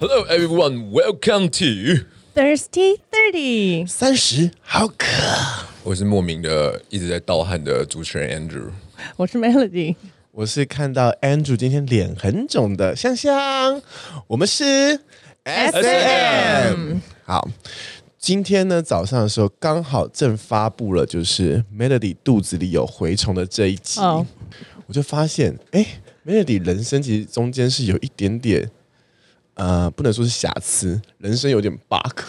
Hello everyone, welcome to。 Thirsty Thirty，三十，好渴。我是莫名的一直在盗汗的主持人 Andrew。我是 Melody。我是看到 Andrew 今天脸很肿的香香，我们是 S&M 好，今天呢早上的时候刚好正发布了，就是 Melody 肚子里有蛔虫的这一集哦我就发现，哎、m e l o d y 人生其实中间是有一点点。呃，不能说是瑕疵，人生有点 bug。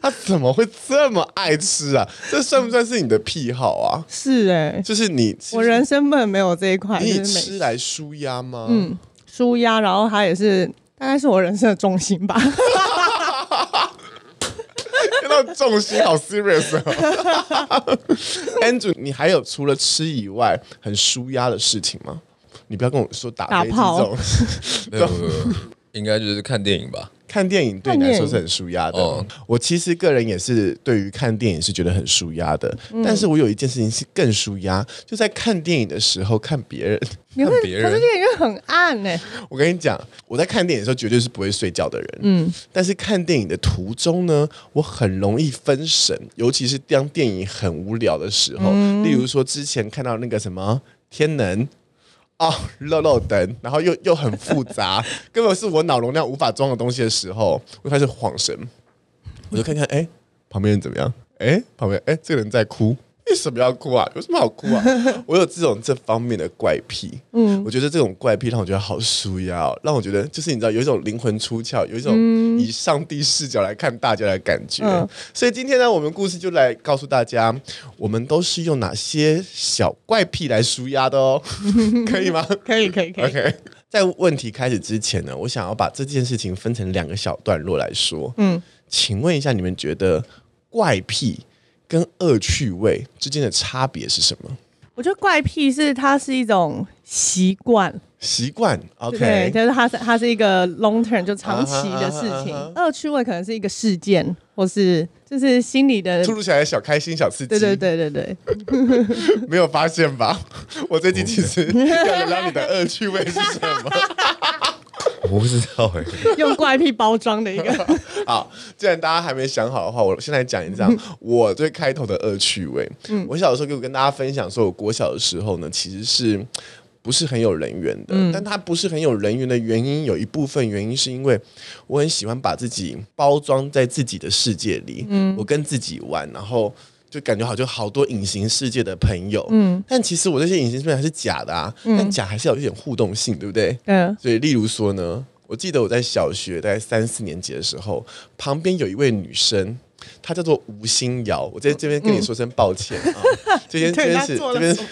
他怎么会这么爱吃啊？这算不算是你的癖好啊？是哎、就是你，我人生本没有这一块，你以就是美吃来舒压吗？嗯，舒压，然后它也是大概是我人生的重心 吧。看到重心好 serious 哦。Andrew，你还有除了吃以外很舒压的事情吗？你不要跟我说打打飞机炮 没这种，啊有没有没有呃应该就是看电影吧。看电影对你来说是很舒压的。看电影哦我其实个人也是对于看电影是觉得很舒压的，嗯但是我有一件事情是更舒压，就在看电影的时候看别人。你会看别人可是电影院很暗哎、我跟你讲，我在看电影的时候绝对是不会睡觉的人。嗯，但是看电影的途中呢，我很容易分神，尤其是当电影很无聊的时候，例如说之前看到那个什么《天能》。哦，漏漏灯，然后又又很复杂， 根本是我脑容量无法装的东西的时候，我就开始晃神，我就看看，哎、旁边人怎么样？哎、旁边，哎、这个人在哭，为什么要哭啊？有什么好哭啊？我有这种这方面的怪癖，嗯，我觉得这种怪癖让我觉得好舒压、哦，让我觉得就是你知道有一种灵魂出窍，有一种以上帝视角来看大家的感觉。嗯所以今天呢，我们故事就来告诉大家，我们都是用哪些小怪癖来舒压的哦， 可以吗？可以可以可以 OK，在问题开始之前呢，我想要把这件事情分成两个小段落来说。嗯，请问一下，你们觉得怪癖跟恶趣味之间的差别是什么？我觉得怪癖是它是一种习惯习惯对， ，OK，就是它是它是一个 long term 就长期的事情。啊哈啊哈啊恶趣味可能是一个事件，或是就是心理的突，如其来的小开心、小刺激，对对，对对 对。没有发现吧？ 我这集其实嗯要聊聊你的恶趣味是什么。我不知道哎、用怪癖包装的一 个，好，既然大家还没想好的话，我先来讲一讲我最开头的恶趣味。我小时候就跟大家分享说，我国小的时候呢，其实是。不是很有人缘的，但它不是很有人缘的原因，有一部分原因是因为我很喜欢把自己包装在自己的世界里，我跟自己玩，然后就感觉好就好多隐形世界的朋友，但其实我这些隐形世界还是假的啊，但假还是要有一点互动性，对不对？嗯，所以，例如说呢，我记得我在小学大概三四年级的时候，旁边有一位女生，她叫做吴欣瑶。我在这边跟你说声抱歉、啊，这边这嗯对边她是做这了边什么。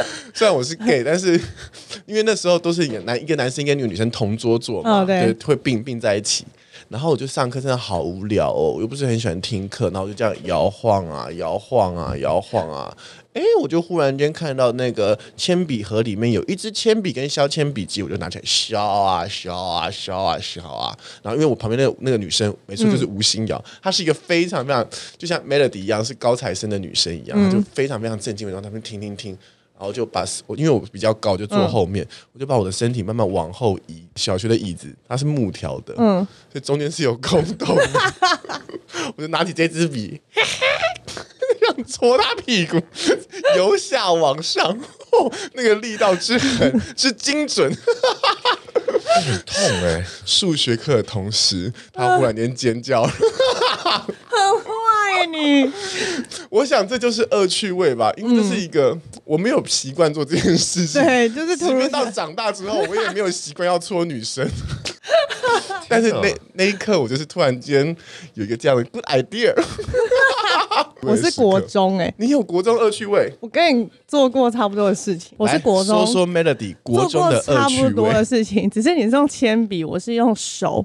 虽然 我是 gay，但是 因为那时候都是一个男一个男生跟一个女生同桌坐嘛，哦对会并并在一起。然后我就上课真的好无聊哦，我又不是很喜欢听课，然后我就这样摇晃啊摇晃啊摇晃啊，哎，我就忽然间看到那个铅笔盒里面有一支铅笔跟削铅笔机，我就拿起来削啊削啊削啊削啊。然后因为我旁边那个那个女生，没错，就是吴欣瑶，她是一个非常非常就像 Melody 一样是高材生的女生一样，嗯她就非常非常震惊，然后他们听听听。然后就把我，因为我比较高，就坐后面，我就把我的身体慢慢往后移。小学的椅子它是木条的，嗯，所以中间是有空洞的。我就拿起这支笔，想戳他屁股，由下往上，哦，那个力道之狠之精准。痛 哎、数学课的同时，他忽然间尖叫了。很坏耶你。我想这就是恶趣味吧，因为这是一个、我没有习惯做这件事情。 对就是突即如便到长大之后，我也没有习惯要戳女 生。 但是那那一刻，我就是突然间有一个这样的 good idea。 我是国，中哎、你有国中恶趣味？我跟你做过差不多的事情。我是国中，来说说 Melody 国做中过的差恶不趣多的味，事情，只是你是用铅笔，我是用手，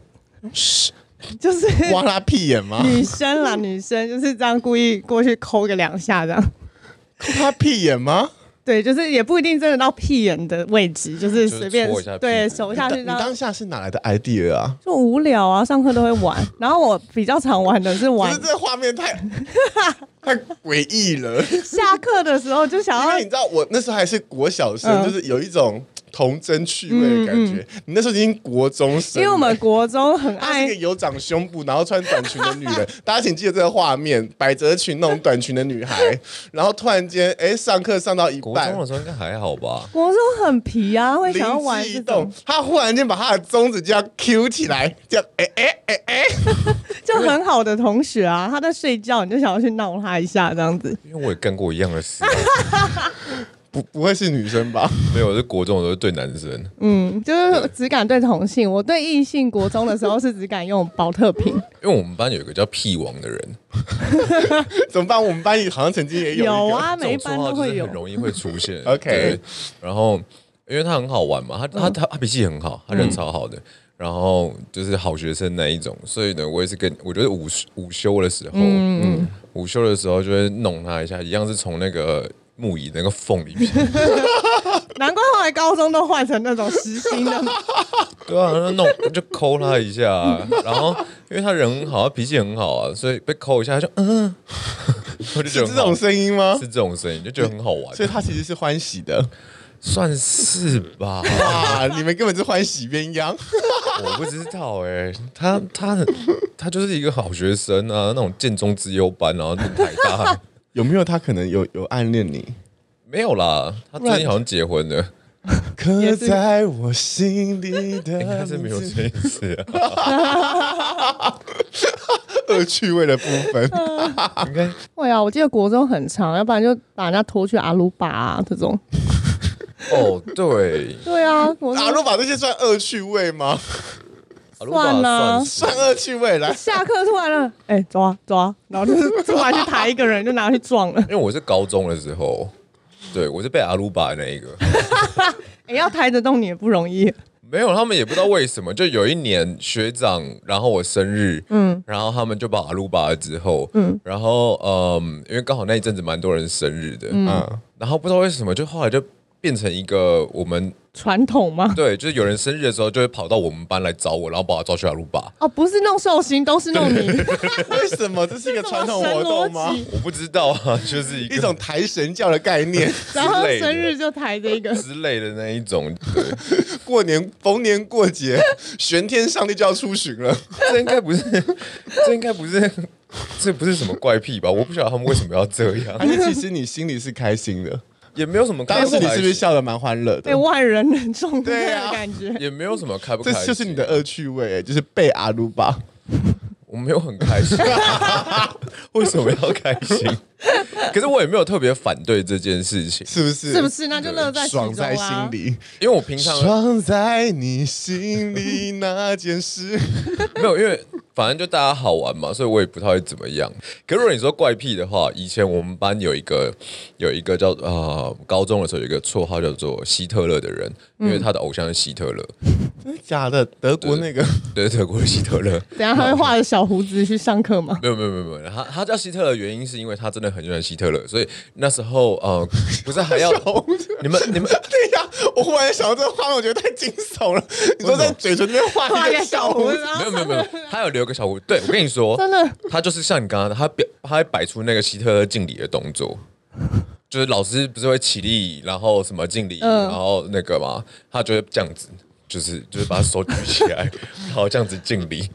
就是挖他屁眼吗？女生啦，女生就是这样故意过去抠个两下这样。抠他屁眼吗？对，就是也不一定真的到屁眼的位置，就是就是随便戳一下屁股对手下去你这样当下是哪来的 idea 啊？就无聊啊，上课都会玩。然后我比较常玩的是不玩是这画 面太太诡异了，下课的时候就想因为要你知道我那时候还是国小生，嗯就是有一种童真趣味的感觉。你那时候已经国中生因了，为我们国中很她是一哎爱个有长胸部，然后穿短裙的女人。 大家请记得这个画面：百褶裙那种短裙的女孩，然后突然间，哎、上课上到一国中半的。时候应该还好吧？国中很皮啊，会灵想要玩机一这动种，，她忽然间把她的中指这样 Q 起来，这样哎哎哎哎，就很好的同学啊，他在睡觉，你就想要去闹他一下这样子。因为我也干过一样的事，啊不不会是女生吧？ 没有，我是国中的时候对男生，嗯，就是只敢对同性，我对异性国中的时候是只敢用保特 瓶，因为我们班有一个叫屁王的人，怎么办？我们班也好像曾经也有一个有啊，每一这种班绰号都就会是有很。容易会出现。 OK 对然后因为他很好玩嘛，他他嗯他他脾气很好，他人超好的，然后就是好学生那一种，所以呢，我也是跟我觉得午午休的时候，嗯，午休的时候就会弄他一下，一样是从那个木椅那个缝里面， 难怪后来高中都换成那种实心 的，对啊，那弄就抠他一下啊、然后因为他人很好，他脾气很好啊，所以被抠一下他就嗯， 我就觉是得这很好种声音吗是？这种声音，就觉得很好玩所，以她其实是欢喜的。算是吧。哇，你们根本是欢喜鸳鸯。 我不知道哎、他他很他就是一个好学生啊，那种建中资优班，然后念台大，有没有她可能有有暗恋你？没有啦，他最近好像结婚了，刻在我心里的应哎该是没有名字这意思、恶趣味的部分。啊，应该会啊，我记得国中很长，要不然就把人家拖去阿鲁巴、啊、这种。哦对，对啊，国中阿鲁把这些算恶趣味吗？阿鲁巴算啦算算恶趣味来。下课突然了，哎、走啊走啊，然后就是突然去抬一个人，就拿去撞了。因为我是高中的时候，对我是被阿鲁巴的那一个，哎、要抬得动你也不容易。没有他们也不知道为什么，就有一年学长，然后我生日，嗯，然后他们就把阿鲁巴了之后，嗯，然后嗯，因为刚好那一阵子蛮多人生日的，嗯，嗯，然后不知道为什么，就后来就变成一个我们传统吗？对，就是有人生日的时候就会跑到我们班来找我，然后把我抓去阿鲁巴。哦，不是弄寿星，都是弄你。 为什么这是一个传统活动吗这种神逻？辑我不知道啊， 就是一个一种抬神教的概念， 然后之类的生日就抬这个，之类的那一种，过年逢年过节，玄天上帝就要出巡了。这应该不是，这应该不是，这不是什么怪癖吧？我不晓得他们为什么要这样，而且其实你心里是开心的，也没有什么开当不开时心，你是不是笑得蛮欢乐被的？万人人众的对啊感觉。也没有什么开不开这心，就是你的恶趣味、就是被阿鲁巴。我没有很开心，为什么要开心？可是我也没有特别反对这件事情，是不是？是不是？那就乐在其中啊爽啦。在心里，因为我平常爽在你心里那件事。没有，因为反正就大家好玩嘛，所以我也不太会怎么样。可如果你说怪癖的话，以前我们班有一个有一个叫呃高中的时候有一个绰号叫做希特勒的人，因为他的偶像是希特勒，真的假的？德国那个对德国的希特勒。等一下他会画着小胡子去上课吗？没有没有没有没有，他他叫希特勒的原因是因为他真的很喜欢希特勒，所以那时候 呃不是还要你们你们对呀，我忽然想到这个画面，我觉得太惊悚 了。你说在嘴唇那边画画一一个个小小胡胡子子，，哦然没有后没有没有，他有留个小胡，对我跟你说，真的他就是像你刚刚的，他表他会摆出那个希特勒敬礼的动作，就是老师不是会起立，然后什么敬礼，嗯然后那个嘛，他就会这样子，就是就是把手举起 来，然后这样子敬礼。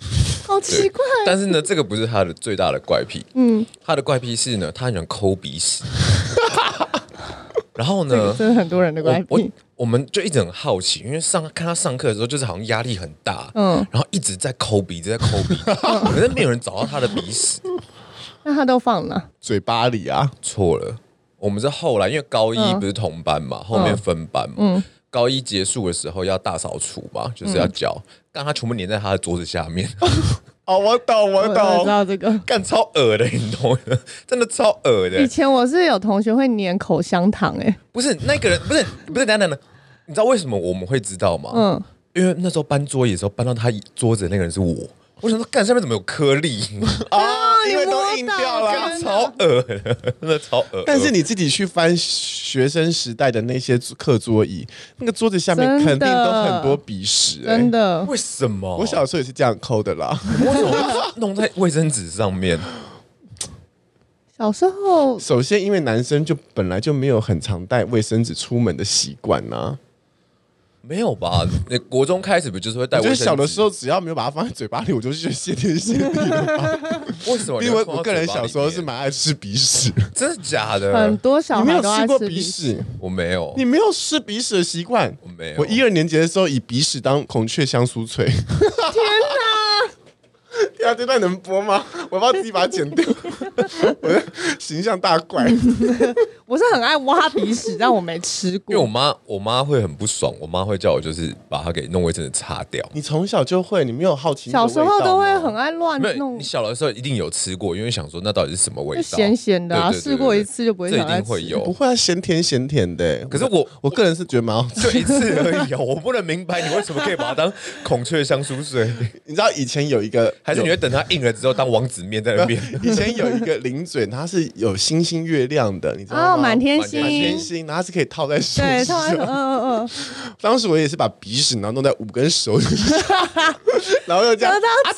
好奇怪。 但是呢，这个不是他的最大的怪癖，嗯，他的怪癖是呢，他很喜欢抠鼻 屎，然后呢，这是很多人的怪我我癖。我们就一直很好奇，因为上看他上课的时候，就是好像压力很大，嗯嗯，然后一直在抠鼻，一直在抠鼻， 可是没有人找到他的鼻屎，那他都放了，嘴巴里啊，错了，我们是后来，因为高一嗯不是同班嘛，后面分班嘛，高一结束的时候要大扫除嘛，就是嗯要教，但他全部粘在他的桌子下 面，哦，我懂，我我我知懂。道这个。干超恶的， 你懂吗？真的超恶以的，前我是有同学会粘口香糖、欸，哎，不是那个人，不是不是，等一下等等，你知道为什么我们会知道吗？哦嗯，因为那时候搬桌椅的时候，搬到他桌子的那个人是我。我想说，干上面怎么有颗粒？啊，因为你摸都 到硬掉了。真的啊超恶的，真的超恶。但是你自己去翻学生时代的那些课桌椅，那个桌子下面真的肯定都很多鼻屎、欸。真，的。为什么？我小时候也是这样抠的啦。 我怎么弄在卫生纸上面？小时候首先，啊因为男生就本来就没有很常带卫生纸出门的习惯呐、没有吧？那国中开始不就是会带我卫觉生纸？得小的时候，只要没有把它放在嘴巴里，我就觉得谢 天谢地了。为什么你因为会放到嘴巴里面？我个人小时候是蛮爱吃鼻屎，真的假很的？多小你没孩有都爱吃过吃鼻屎？我没有你，没有吃鼻屎的习惯？我没有我一二年级的时候以鼻屎当孔雀香酥脆。天哪！ 天啊，这段能播吗？我要不要自己把它剪掉？ 我的形象大怪。我是很爱挖鼻屎，但我没吃因为我过。妈，我妈会很不爽，我妈会叫我就是把它给弄卫生纸擦掉。你从小就会，你没有好奇那个小时候味道都会吗很爱乱没有，弄你，小的时候一定有吃过，因为想说那到底是什么味就道？咸咸的啊对对对试过对一次就不会这一想再定会吃不有，会啊，咸甜咸甜的欸、可是我我个人是觉得蛮好吃。就一次而已啊！我不能明白你为什么可以把它当孔雀香酥水，你知道以前有一个，还是你会等它硬了之后当王子面在那边？ 以前有一个零嘴，它是有星星月亮的，你知道吗？哦，满天星，满满天星，然后它是可以套在手对，指他 上们。嗯嗯嗯，当时我也是把鼻屎然后弄在五根手指上， 然后又这样得到啊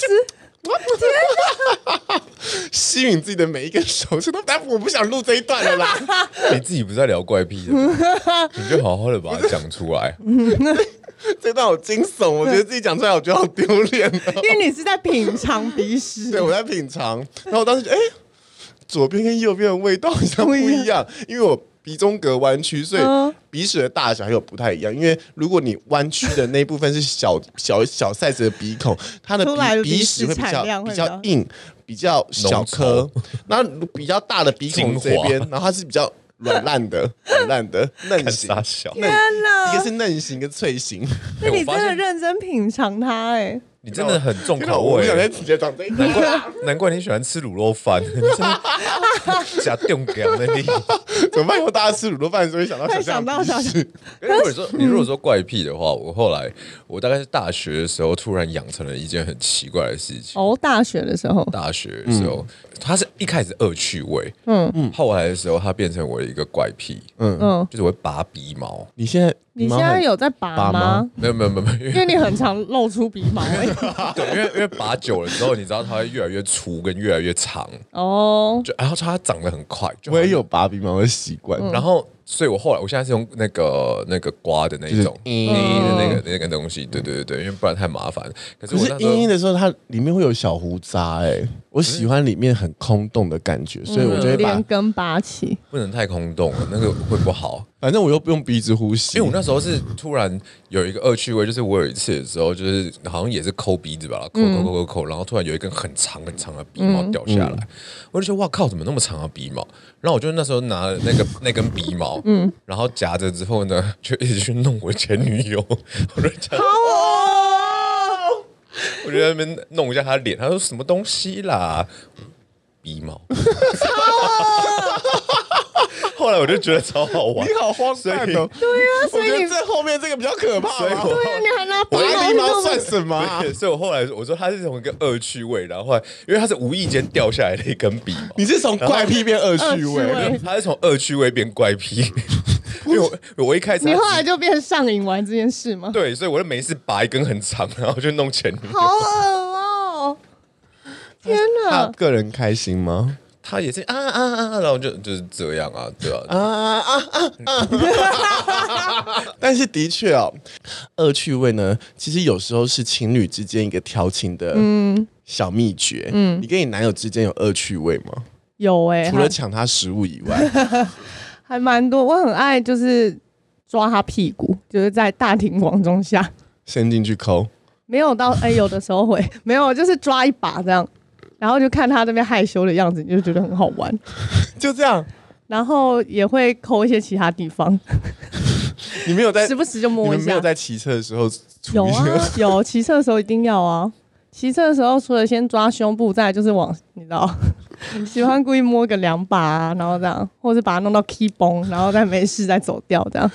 吃，吸吮自己的每一根手指头。但我不想录这一段了啦。 你自己不是在聊怪癖的吗，你就好好的把它讲出来。这段好惊悚，我觉得自己讲出来，我觉得好丢脸哦。因为你是在品尝鼻屎 对，，我在品尝，然后我当时觉得，哎、左边跟右边的味道好 像不一样，因为我鼻中隔弯曲，所以嗯鼻屎的大小又不太一样。因为如果你弯曲的那一部分是小 小小 size 的鼻孔，它的出来的鼻鼻鼻屎屎会比产较量会比比较较硬，比较小颗。那比较大的鼻孔这边精，然后它是比较软烂的、软烂的嫩型傻。小，嫩天哪一嗯个是嫩型，一个 脆型。那哎你我发真的现认真品尝它哎、你真的很重天哪口我不味想，再直接讲这一段难。怪难怪你喜欢吃卤肉饭， 你真的假定给那里。 怎么办？以后大家吃卤肉饭的时候会想到会小想象到鼻小屎。因哎为如果说你如果说怪癖的话，我后来我大概是大学的时候突然养成了一件很奇怪的事情。哦，大学的时候，大学的时候，嗯它是一开始恶趣味，嗯嗯，后来的时候它变成我的一个怪癖，嗯，就是我会拔鼻毛。你现在你现在有在拔拔吗吗？没有没有没有没有，因因为为你很常露出鼻毛 哎、对，因为因为拔久了之后，你知道它会越来越粗跟越来越长，哦，就然后它长得很快，就我也有拔鼻毛的习惯，嗯然后，所以我后来，我现在是用那个那个刮的那一种，就是嗯捏的那个那个东西，对对对对，因为不然太麻烦。可是可我是那时候阴阴的时候，它里面会有小胡渣、哎，我喜欢里面很空洞的感嗯觉，所以我就会把嗯连，根拔起，不能太空洞了，那个会不好。反正我又不用鼻子呼吸。因为我那时候是突然有一个恶趣味，就是我有一次的时候，就是好像也是抠鼻子吧，抠抠抠抠抠，然后突然有一根很长很长的鼻毛掉下来，我就觉得哇靠，怎么那么长的鼻毛？然后我就那时候拿了那个那根鼻毛，嗯，然后夹着之后呢，就一直去弄我前女友，我就夹哦，我就在那边弄一下他脸，他说什么东西啦，鼻毛。后来我就觉得超好玩你，好荒诞哦！对呀、啊所以我你觉得这后面这个比较可怕所以吧。我对啊，你还拿鼻拔鼻毛毛去弄算什么啊、对所 以我后来我说他是从一个恶趣味，然后后来因为他是无意间掉下来的一根鼻毛，你是从怪癖变恶趣恶趣味味，他是从恶趣味变怪癖。因为我我一开始你后来就变上瘾玩这件事吗？对，所以我就没事拔一根很长，然后就弄前女友。好恶哦！天他哪，个人开心吗？他也是啊啊啊啊，然后就就是这样啊，对啊，啊啊啊啊！ 但是的确哦，恶趣味呢，其实有时候是情侣之间一个调情的嗯小秘诀。嗯，你跟你男友之间有恶趣味吗？有哎、除了还抢他食物以 外，还蛮多，我很爱就是抓他屁股，就是在大庭广众下， 伸进去抠，没有到哎、有的时候会 没有，就是抓一把这样，然后就看他这边害羞的样子，你就觉得很好玩，就这样。然后也会抠一些其他地方，你没有在时不时就你摸们一没下有。在骑车的时候有 处于啊，有骑车的时候一定要啊。骑车的时候，除了先抓胸部，再来就是往你知道， 喜欢故意摸个两把、啊，然后这样，或是把它弄到 key 崩，然后再没事再走掉这样。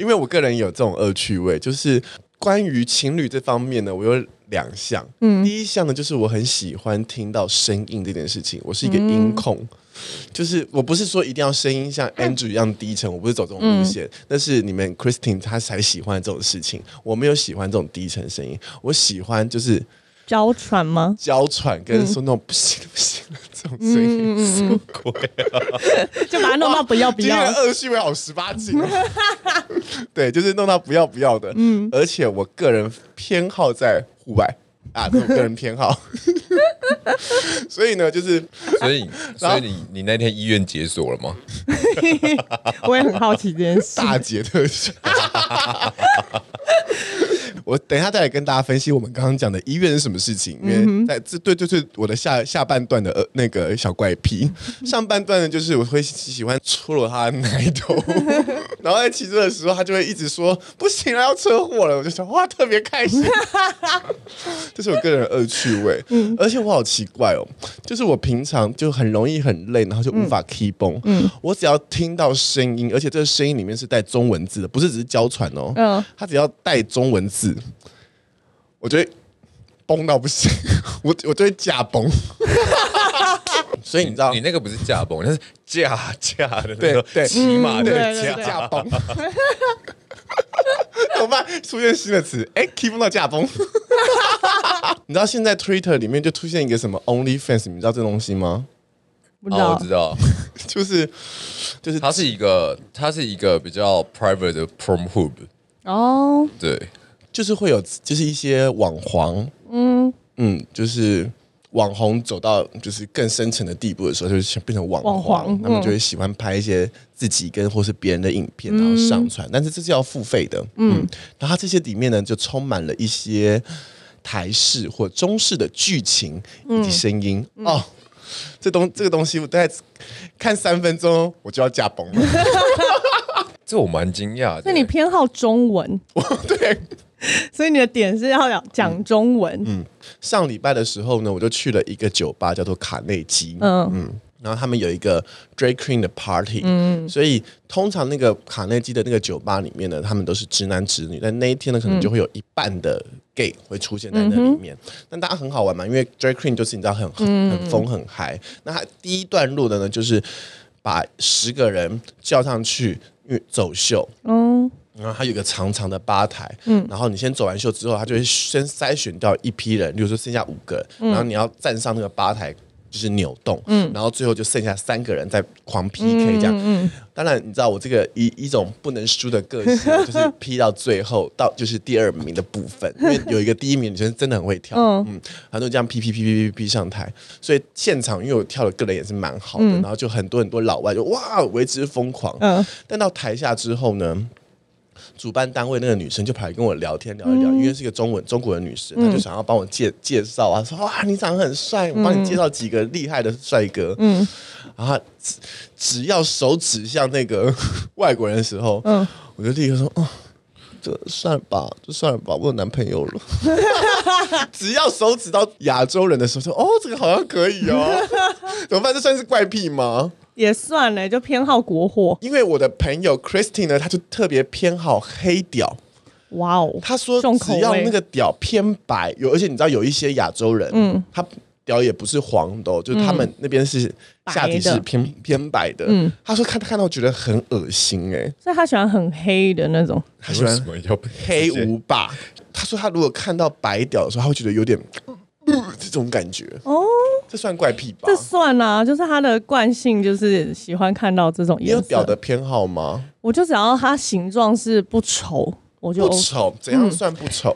因为我个人有这种恶趣味，就是关于情侣这方面呢，我有两项。嗯，第一项呢，就是我很喜欢听到声音这件事情，我是一个音控。就是我不是说一定要声音像 Andrew 一样低沉，我不是走这种路线。但是你们 Christine 她才喜欢这种事情，我没有喜欢这种低沉声音，我喜欢就是娇喘吗？ 娇喘跟说那种不行了不行了，这种声音，什么鬼啊？就把它弄到不要不今天要的。恶趣味好十八禁 哦，对，就是弄到不要不要的。嗯，而且我个人偏好在户外啊，这是我个人 偏好。所以呢，就是所以所以你你那天医院解锁了吗？ 我也很好奇这件 事。大节特效。 我等一下再来跟大家分析我们刚刚讲的医院是什么事情，因为在这对对对我的下下半段的呃那个小怪癖，上半段呢就是我会喜喜欢戳了他的奶头， 然后在骑车的时候他就会一直说不行了啊要车祸了，我就想哇特别开心，这是我个人的恶趣味，而且我好奇怪哦，就是我平常就很容易很累，然后就无法 keep on，我只要听到声音，而且这个声音里面是带中文字的，不是只是娇喘哦，嗯它只要带中文字，我就会崩到不行， 我我就会驾崩， 所以你知道你那个不是驾崩，那是驾驾的那啊对个对骑马的对对驾对驾 崩。怎么办？出现新的词，哎、k e e p 到驾 崩。你知道现在 Twitter 里面就出现一个什么 OnlyFans，你知道这东西吗？不知哦，道我知道，就是就是它是一个它是一个比较 private 的 prom hub，哦，对，就是会有就是一些网黄，嗯嗯，就是网红走到就是更深层的地步的时候，就是变成网网黄，黄他们嗯就会喜欢拍一些自己跟或是别人的影片，然后上传，但是这是要付费的，嗯，然后它这些里面呢就充满了一些台式或中式的剧情以及声音、哦。这东这个东西，我大概看三分钟，我就要驾崩了。 这我蛮惊讶的。所以你偏好中文， 对，所以你的点是要讲讲中文。嗯上礼拜的时候呢，我就去了一个酒吧，叫做卡内基。嗯然后他们有一个 drag queen 的 party，、所以通常那个卡内基的那个酒吧里面呢，他们都是直男直女，但那一天呢，可能就会有一半的 gay 会出现在那里面。但大家很好玩嘛，因为 drag queen 就是你知道很很很疯很嗨。那他第一段路的呢，就是把十个人叫上去，因为走秀，然后它有一个长长的吧台，嗯，然后你先走完秀之后，它就会先筛选掉一批人，比如说剩下五个人，然后你要站上那个吧台。就是扭动，嗯，然后最后就剩下三个人在狂 PK 这样。当然，你知道我这个一一种不能输的个性，就是 P 到最后到就是第二名的部分，因为有一个第一名女生真的很会跳，嗯，然后就这样 P P P P P P 上台。所以现场因为我跳的个人也是蛮好的，然后就很多很多老外就哇为之疯狂，嗯但到台下之后呢，主办单位那个女生就跑来跟我聊天聊一聊，因为是一个中文中国的女生，她就想要帮我介介绍啊，说哇你长得很帅，我帮你介绍几个厉害的帅哥。嗯，然后她只只要手指向那个 外国人的时候，嗯，我就立刻说哦。这算了吧，这算了吧，我有男朋友了。 只要手指到亚洲人的时候，说哦，这个好像可以哦。 怎么办？这算是怪癖吗？也算嘞，就偏好国货。因为我的朋友 Christine 呢，她就特别偏好黑屌。哇哦，她说重口只要味那个屌偏白，有而且你知道有一些亚洲人，嗯，他屌也不是黄的、哦，就是他们那边是下体白是的偏偏白的。嗯，她说看看到觉得很恶心哎、所以他喜欢很黑的那种。她喜欢为什么要被黑无霸。她说她如果看到白屌的时候，她会觉得有点、呃这种感觉哦，这算怪癖吧这？算啊，就是他的惯性，就是喜欢看到这种你有颜屌色。的偏好吗？我就只要它形状是不丑，我就不丑，嗯怎样算不丑？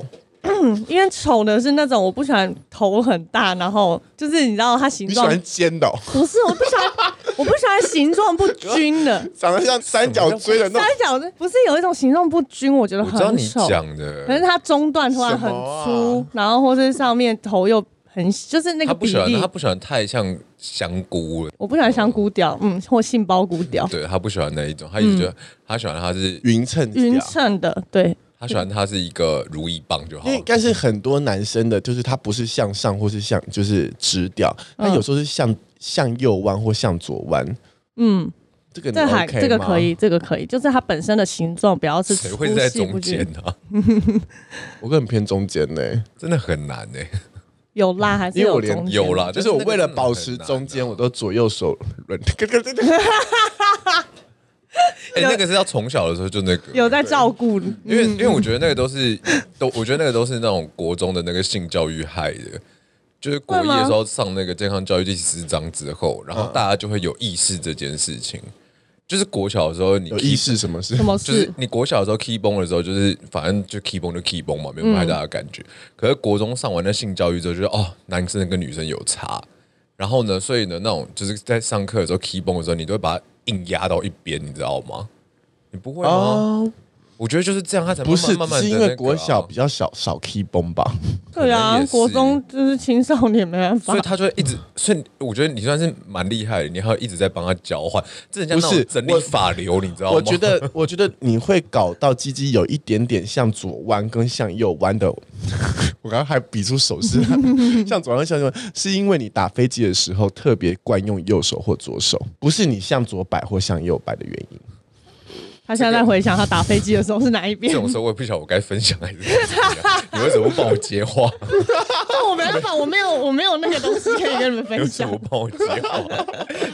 因为丑的是那种我不喜欢头很大，然后就是你知道它形你喜状欢尖的、哦，不是，我不喜欢，我不喜欢形状不均的长得像三角锥的那三种。角的，不是有一种形状不均，我觉得我知道很你丑。讲可的，是它中段突然什很么啊粗，然后或是上面头又很，就是那他个不比喜欢例他，不喜欢太像香菇了，我不喜欢香菇屌，嗯，或杏鲍菇屌，对他不喜欢那一种，他一直觉得嗯他喜欢他是匀称屌匀称的，对，他喜欢他是一个如意棒就好哦因为了应。该是很多男生的，就是他不是向上或是向就是直屌，他嗯有时候是向向右弯或向左弯。嗯，这嗯个你这还 OK 这个吗可以，。这个可以，就是它本身的形状不要是谁粗会在细不中均间，呢、啊？我更偏中间呢、真的很难欸 呢、有拉还是因为我有连中间？有啦，就但是我那啊个为了真的保很持难中间，啊我都左右手 轮。哎、那个是要从小的时候就那个，有嗯在照顾，因为因为我觉得那个都是都，我觉得那个都是那种国中的那个性教育害的，就是国一的时候上那个健康教育第十章之后，然嗯后大家就会有意识这件事情。就是国小的时候，你有 keep- 意识什么事什？么就事是？你国小的时候 key 崩的时候，就是反正就 key 崩就 key 崩嘛，没有太大的感觉。可是国中上完那性教育之后，就是哦，男生跟女生有差。然后呢，所以呢，那种就是在上课的时候 key 崩的时候，你都会把它硬压到一边，你知道吗？你不会吗？哦，我觉得就是这样，他才慢不慢是，慢慢是地因那个为啊国小比较少少 key 崩吧？对可啊能也，是国中就是青少年没办法所以，他就会一直，所以我觉得你算是蛮厉害的，你还要一直在帮他交换，这人家那不是种整理我法流，你知道吗？我觉得，我觉得你会搞到鸡鸡有一点点向左弯跟向右弯的。 我刚刚还比出手势， 向左弯跟向右弯，是因为你打飞机的时候特别惯用右手或左手，不是你向左摆或向右摆的原因。他现在在回想他打飞机的时候是哪一边这。 种时候我也不晓得我该分享还是怎么样，你为什么不帮我接话？但我哦没办法，我没有，我没有那个东西可以跟你们有分什 享么。帮我接话？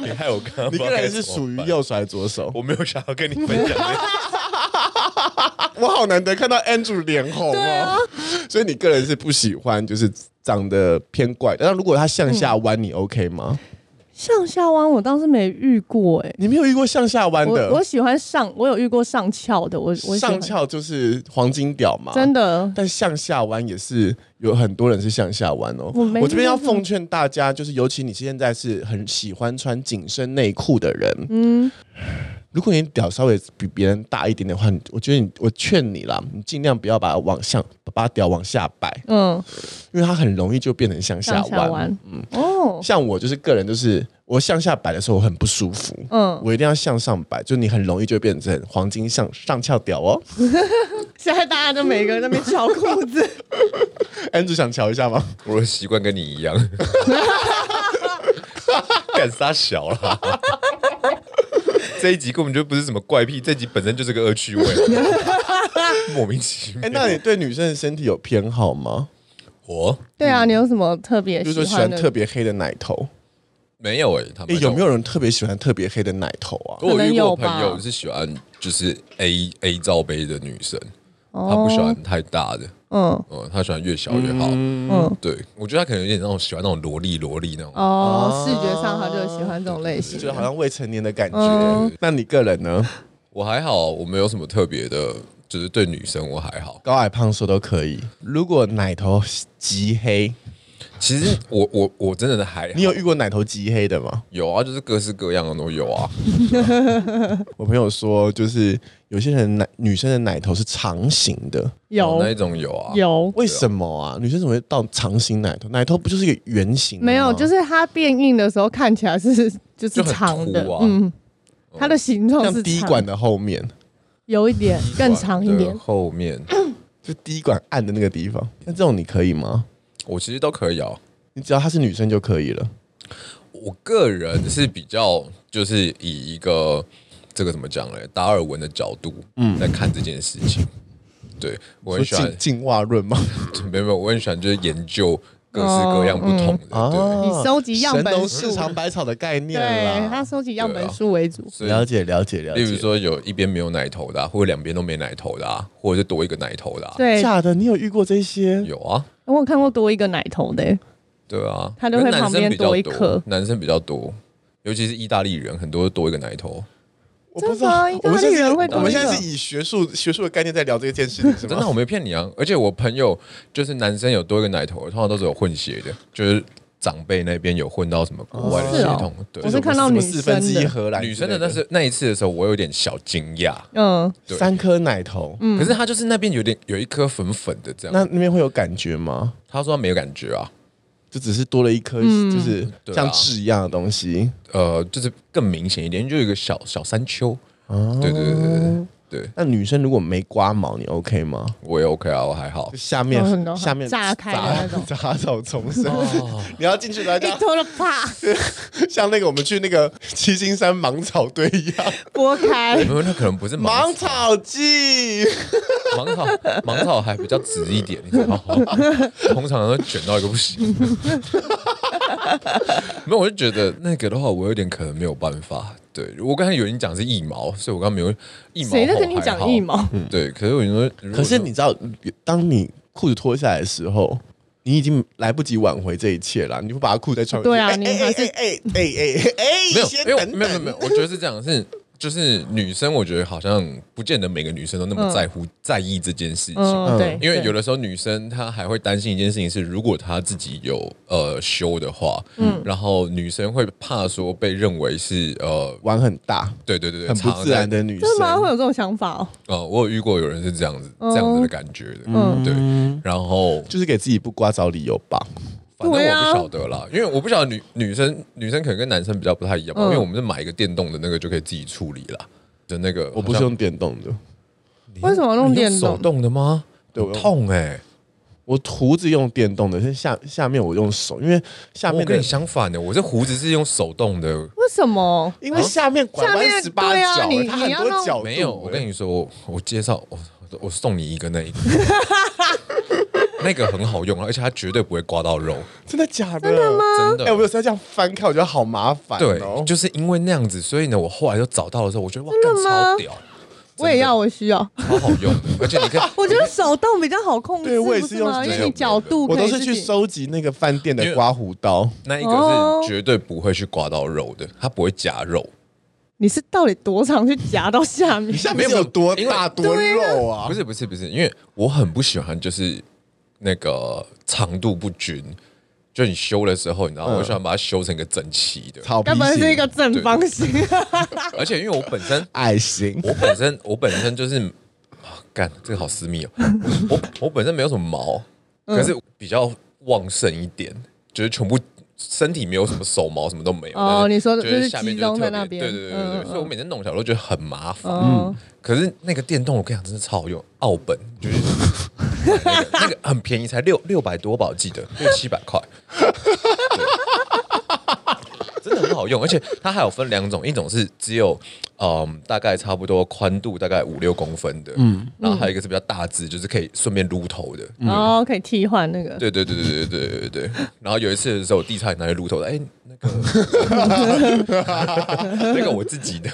你害我刚刚不你知道个该人怎么是属于办，右手还是左手？我没有想要跟你分享这我好难得看到 Andrew 脸红啊哦。所以你个人是不喜欢就是长得偏怪，但是如果他向下嗯弯，你 OK 吗？向下弯我倒是没遇过、欸，你没有遇过向下弯我我的，喜欢上，我有遇过上翘的，我我喜欢上翘就是黄金屌啊嘛？真的，但向下弯也是有很多人是向下弯哦。我没这边遇到要这种奉劝大家，就是尤其你现在是很喜欢穿紧身内裤的人，嗯，如果你屌稍微比别人大一点点的话，你我觉得你我劝你啦，你尽量不要把它往向把屌往下摆，嗯，因为它很容易就变成向下上下弯。弯，嗯哦，像我就是个人，就是我向下摆的时候我很不舒服，嗯，我一定要向上摆，就你很容易就变成黄金向上翘屌哦。 现在大家就每个人在那边翘裤子，安主想瞧一下吗？我的习惯跟你一 样，干啥小啦？这一集根本就不是什么怪癖，这集本身就是个恶趣味，莫名其哎、妙。那你对女生的身体有偏好吗？我对啊，你有什么特别比如说喜欢欢的？特别黑的奶头，没有哎、他哎、们有没有人特别喜欢特别黑的奶头啊？我有遇过可能朋有友吧是喜欢就是 A A 罩杯的女生，哦她不喜欢太大的，嗯嗯，她喜欢越小越好。嗯，对，我觉得她可能有点那种喜欢那种萝莉萝莉那种。哦，视觉上他就喜欢这种类就型觉得好像未成年的感觉。嗯那你个人呢？我还好，我没有什么特别的，就是对女生我还好。高矮胖瘦都可以。如果奶头极黑，其实我我我真的还好你有遇过奶头极黑的吗？有啊，就是各式各样的都有啊。我朋友说，就是有些人奶女生的奶头是长形的，有那一种有啊，有。为什么啊？女生怎么会到长形奶头？奶头不就是一个圆形的吗？没有，就是它变硬的时候看起来是就是就很长的凸啊，嗯，它的形状像是滴长管的后面，有一点更长一点对。后面就滴管按的那个地方。那这种你可以吗？我其实都可以啊。你只要她是女生就可以了。我个人是比较就是以一个这个怎么讲嘞，达尔文的角度嗯在看这件事情。对我很喜说欢进，进化 论吗？没有没有，我很喜欢就是研究各式各样不同的。哦嗯对，你收集样本啊神农数市场百草的概念对，啦。他收集样本数为主。所以了解了解了解。例如说有一边没有奶头的、啊，或者两边都没奶头的、啊，或者是多一个奶头的、啊。，对，假的，你有遇过这些？有啊，我有看过多一个奶头的欸，对啊，它就会可是男生旁边比较多一颗男生比较多，尤其是意大利人，很多多一个奶 头。啊我不知道真的啊，我们现意大利在人会是懂我们现在这是个以学术学术的概念在聊这 件事情，是真的，吗？我没骗你啊！而且我朋友就是男生有多一个奶头，通常都是有混血的，就是长辈那边有混到什么国外的哦血是哦统。对我，是看到什么女四分之生一的荷兰女生的之类的那是那一次的时候，我有点小惊讶。嗯，对三颗奶头，可是他就是那边有点有一颗粉粉的这那样，那边会有感觉吗？他说他没有感觉啊，就只是多了一颗，嗯就是对啊像痣一样的东西。呃，就是更明显一点，就有一个小小山丘。对对对对对对，那女生如果没刮毛，你 OK 吗？我也 OK 啊，我还好就。下面有很多下面炸开的那种哦哎杂 杂草丛生，你要进去大一家头的啪像那个我们去那个七星山芒草堆一 样，拨开，没有，那可能不是芒芒草，草季。芒草，芒草还比较直一点，你知道吗？ 通常都卷到一个不行。 没有，我就觉得那个的话，我有点可能没有办法。对我刚才有人讲是腋毛，所以我刚刚没有腋毛。谁在跟你讲腋毛？对，可是我觉得，如果可是说你知道，当你裤子脱下来的时候，你已经来不及挽回这一切了，你会把它裤再穿回去。对啊哎你哎还是哎哎哎哎哎，没有，先因为我等等没有没有没有，我觉得是这样，是就是女生，我觉得好像不见得每个女生都那么在乎、在意这件事情。嗯，对，因为有的的时候女生她还会担心一件事情是，如果她自己有呃修的话，嗯然后女生会怕说被认为是呃，玩很大、对对对对，很不自然常在的女生真，的吗？会有这种想法哦？呃，我有遇过有人是这样子、这样子的感觉的，嗯对。然后就是给自己不瓜找理由吧。反正我对啊不晓得啦，因为我不晓得女女生女生可能跟男生比较不太一样吧，嗯因为我们是买一个电动的那个就可以自己处理啦。的那个我不好是像用电动的，为什么弄你电手动？动的吗？对很我用痛哎、我胡子用电动的，是下下面我用手，因为下我面跟的你，相反的，我这胡子是用手动的。为什么？因为下面拐下面弯十八对啊角、你它很你要多弄角度、欸没有，我跟你你说，我我介绍我我送你一个 那一个，那个很好用，啊而且它绝对不会刮到肉，真的假的？真的吗？真哎、的。我有时候这样翻开，我觉得好麻烦、哦。对，就是因为那样子，所以呢，我后来就找到的时候，我觉得哇，干超吗屌，我也真的要，我需要。超好用的，而且你可以 我觉得手动比较好控对制，我也不是是用吗？手因为动你角度我可都以是自去己。收集那个饭店因的为刮胡刀，那一个哦是绝对不会去刮到肉的，它不会夹肉。你是到底多长去夹到下面？下没面有是有多因为大多肉啊？不是不是不是，因为我很不喜欢就是那个长度不均，就你修的时候，你知道，嗯我喜欢把它修成一个整齐的。草皮该不会型是一个正方形？ 而且因为我本身， 爱心我本身，我本身就是，啊干、这个好私密哦。我我本身没有什么毛，嗯可是比较旺盛一点，就是全部。身体没有什么手毛，什么都没有。但是哦你说的就就是是下面集是中在特别那边对对对嗯对对。嗯所以我每天弄起来我都觉得很麻烦。哦，可是那个电动，我跟你讲，真的超有澳本，就是买那个那个很便宜，才六六百多吧，我记得六七百块，对真的很好用。而且它还有分两种，一种是只有嗯大概差不多宽度大概五六公分的，嗯，然后还有一个是比较大只，就是可以顺便撸头的。嗯哦，可以替换那个。对对对对对对对对对。然后有一次的时候，我弟差点拿去撸头的，哎、那个 那个我自己的。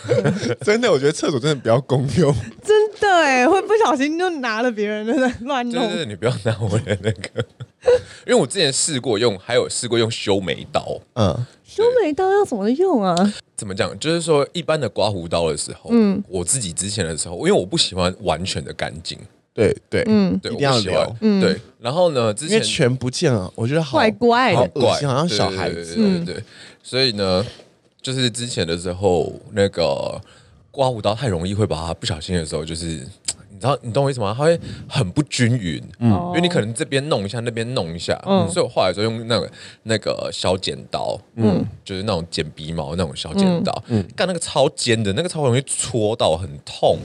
真的，我觉得厕所真的比较公用。真的哎，会不小心就拿了别人的乱对对弄。对，你不要拿我的那个， 因为我之前试过用，还有试过用修眉刀。嗯，修眉刀要怎么用啊？怎么讲？就是说，一般的刮胡刀的时候，嗯，我自己之前的时候，因为我不喜欢完全的干净，对对，嗯，对，一定要我不喜欢留，对。然后呢，之因为前全不见了，我觉得好怪怪好的，怪恶心，好像小孩对对子。对对对对所以呢，就是之前的时候，那个刮胡刀太容易会把它不小心的时候，就是。嗯你知道你懂我意思吗？它会很不均匀，嗯因为你可能这边弄一下，那边弄一下，嗯所以我后来就用那个那个小剪刀，嗯，就是那种剪鼻毛那种小剪刀，嗯，干那个超尖的，那个超容易戳到，很 痛。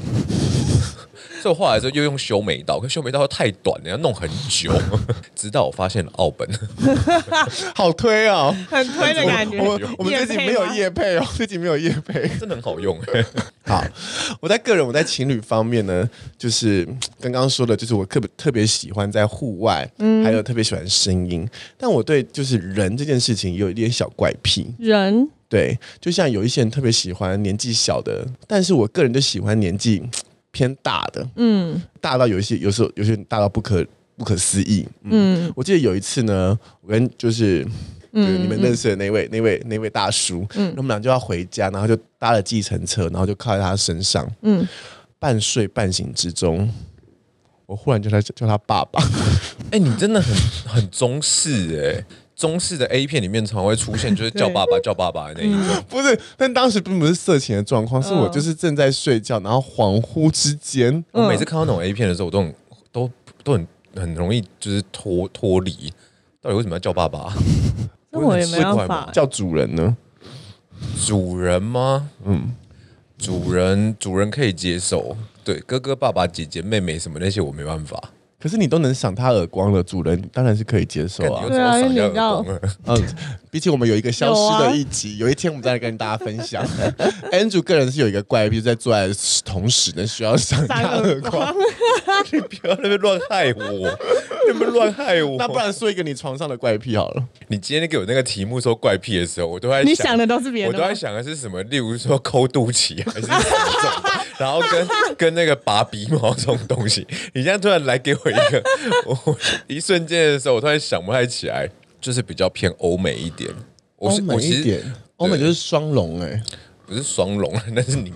所以我后来就又用修眉刀，可修眉刀太短了，要弄很久， 直到我发现了奥本。好推哦！很推的感觉。我们我们这集没有业夜配哦，这集没有夜配。真的很好用、欸。好，我在个人我在情侣方面呢，就是嗯刚刚说的，就是我特别特别喜欢在户外，嗯还有特别喜欢声音。但我对就是人这件事情有一点小怪癖，人对，就像有一些人特别喜欢年纪小的，但是我个人就喜欢年纪嗯偏大的，嗯大到有一些有时候有些人大到不可不可思议。嗯我记得有一次呢，我跟就是。就是你们认识的那位、那位、那位大叔，那我们俩就要回家，然后就搭了计程车，然后就靠在他身上，嗯，半睡半醒之中，我忽然叫他叫他爸 爸，哎、你真的很很中式哎、中式的 A 片里面常会出现就是叫爸爸叫爸爸的那一种，不是，但当时并不是色情的状况，是我就是正在睡觉，然后恍惚之间，嗯我每次看到那种 A 片的时候，我都很都都很很容易就是脱脱离。到底为什么要叫爸爸？那我嗯也没办法欸。叫主人呢，主人吗？嗯，主人主人可以接受，对哥哥、爸爸、姐姐、妹妹什么那些我没办法。可是你都能赏他耳光了，主人当然是可以接受干啊你又。对啊知道因为你闪耀耳光了 嗯，毕竟我们有一个消有失啊的一集，有一天我们再来跟大家分 享。Andrew 个人是有一个怪癖，在做爱的 同时呢，需要赏他耳光。你不要在那边乱害我，你们乱害我。那不然说一个你床上的怪癖好了。你今天给我那个题目说怪癖的时候，我都在你想的都是别我人都在的吗。想的是什么，例如说抠肚脐啊还是什么这种，然后跟跟那个拔鼻毛这种东西。你现在突然来给我一个，我我一瞬间的时候，我突然想不太起来，就是比较偏欧美一点。我是我其实欧美就是双龙哎、不是双龙，啊但是你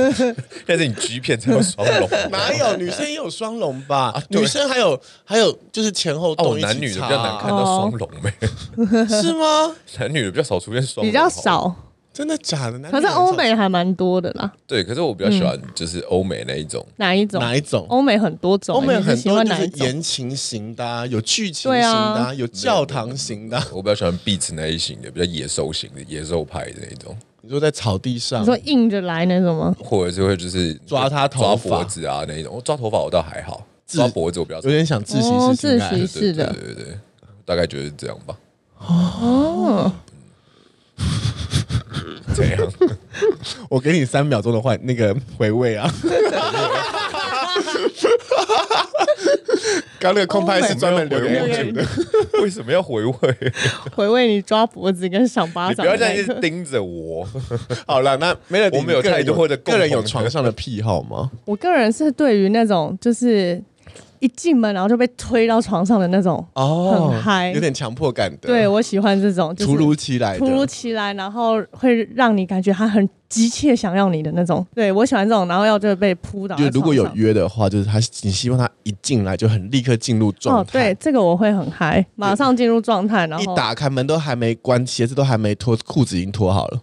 但是你 G 片才有双龙，啊哪有女生也有双龙吧？对女生还有还有就是前后哦，动一起男女的比插较难看到哦双龙呗， 是吗？ 男女的比较少出现双，比较。少，真的假的？男女可是很少欧美还蛮多的啦。对，可是我比嗯较喜欢就是欧美那一种，哪一种？哪一种？欧美很多种，欸欧美你是很喜多欢就哪是一种？言情型的、啊，有剧情对型的、啊有教堂型的啊、我比较喜欢 beats 那一型的，比较野兽型的野兽派的那一种。你说在草地上你，说硬着来那种吗？或者是会就是抓他头抓发脖子啊那一种。我抓头发我倒还好，自抓脖子我比较有点想自哦习自室性习爱室。是的对对对对，大概就是这样吧。哦，怎 样？我给你三秒钟的换那个回味啊。刚那个空拍是专门留给我回们的，味， 为什么要回味？回味你抓脖子跟赏巴你不掌的要这那样一一直刻。盯着我。 好了，那 没有我们有太多的共同个人有床上的癖好吗？我个人是对于那种就是一进门然后就被推到床上的那种，哦，很嗨有点强迫感的，对我喜欢这种，就是啊突如其来的，突如其来，然后会让你感觉他很急切想要你的那种。对我喜欢这种，然后要就被扑倒在就床上。如果有约的话，就是他，你希望他一进来就很立刻进入状哦，态。对，这个我会很嗨，马上进入状态，然一后打开门都还没关，鞋子都还没脱，裤子已经脱好了，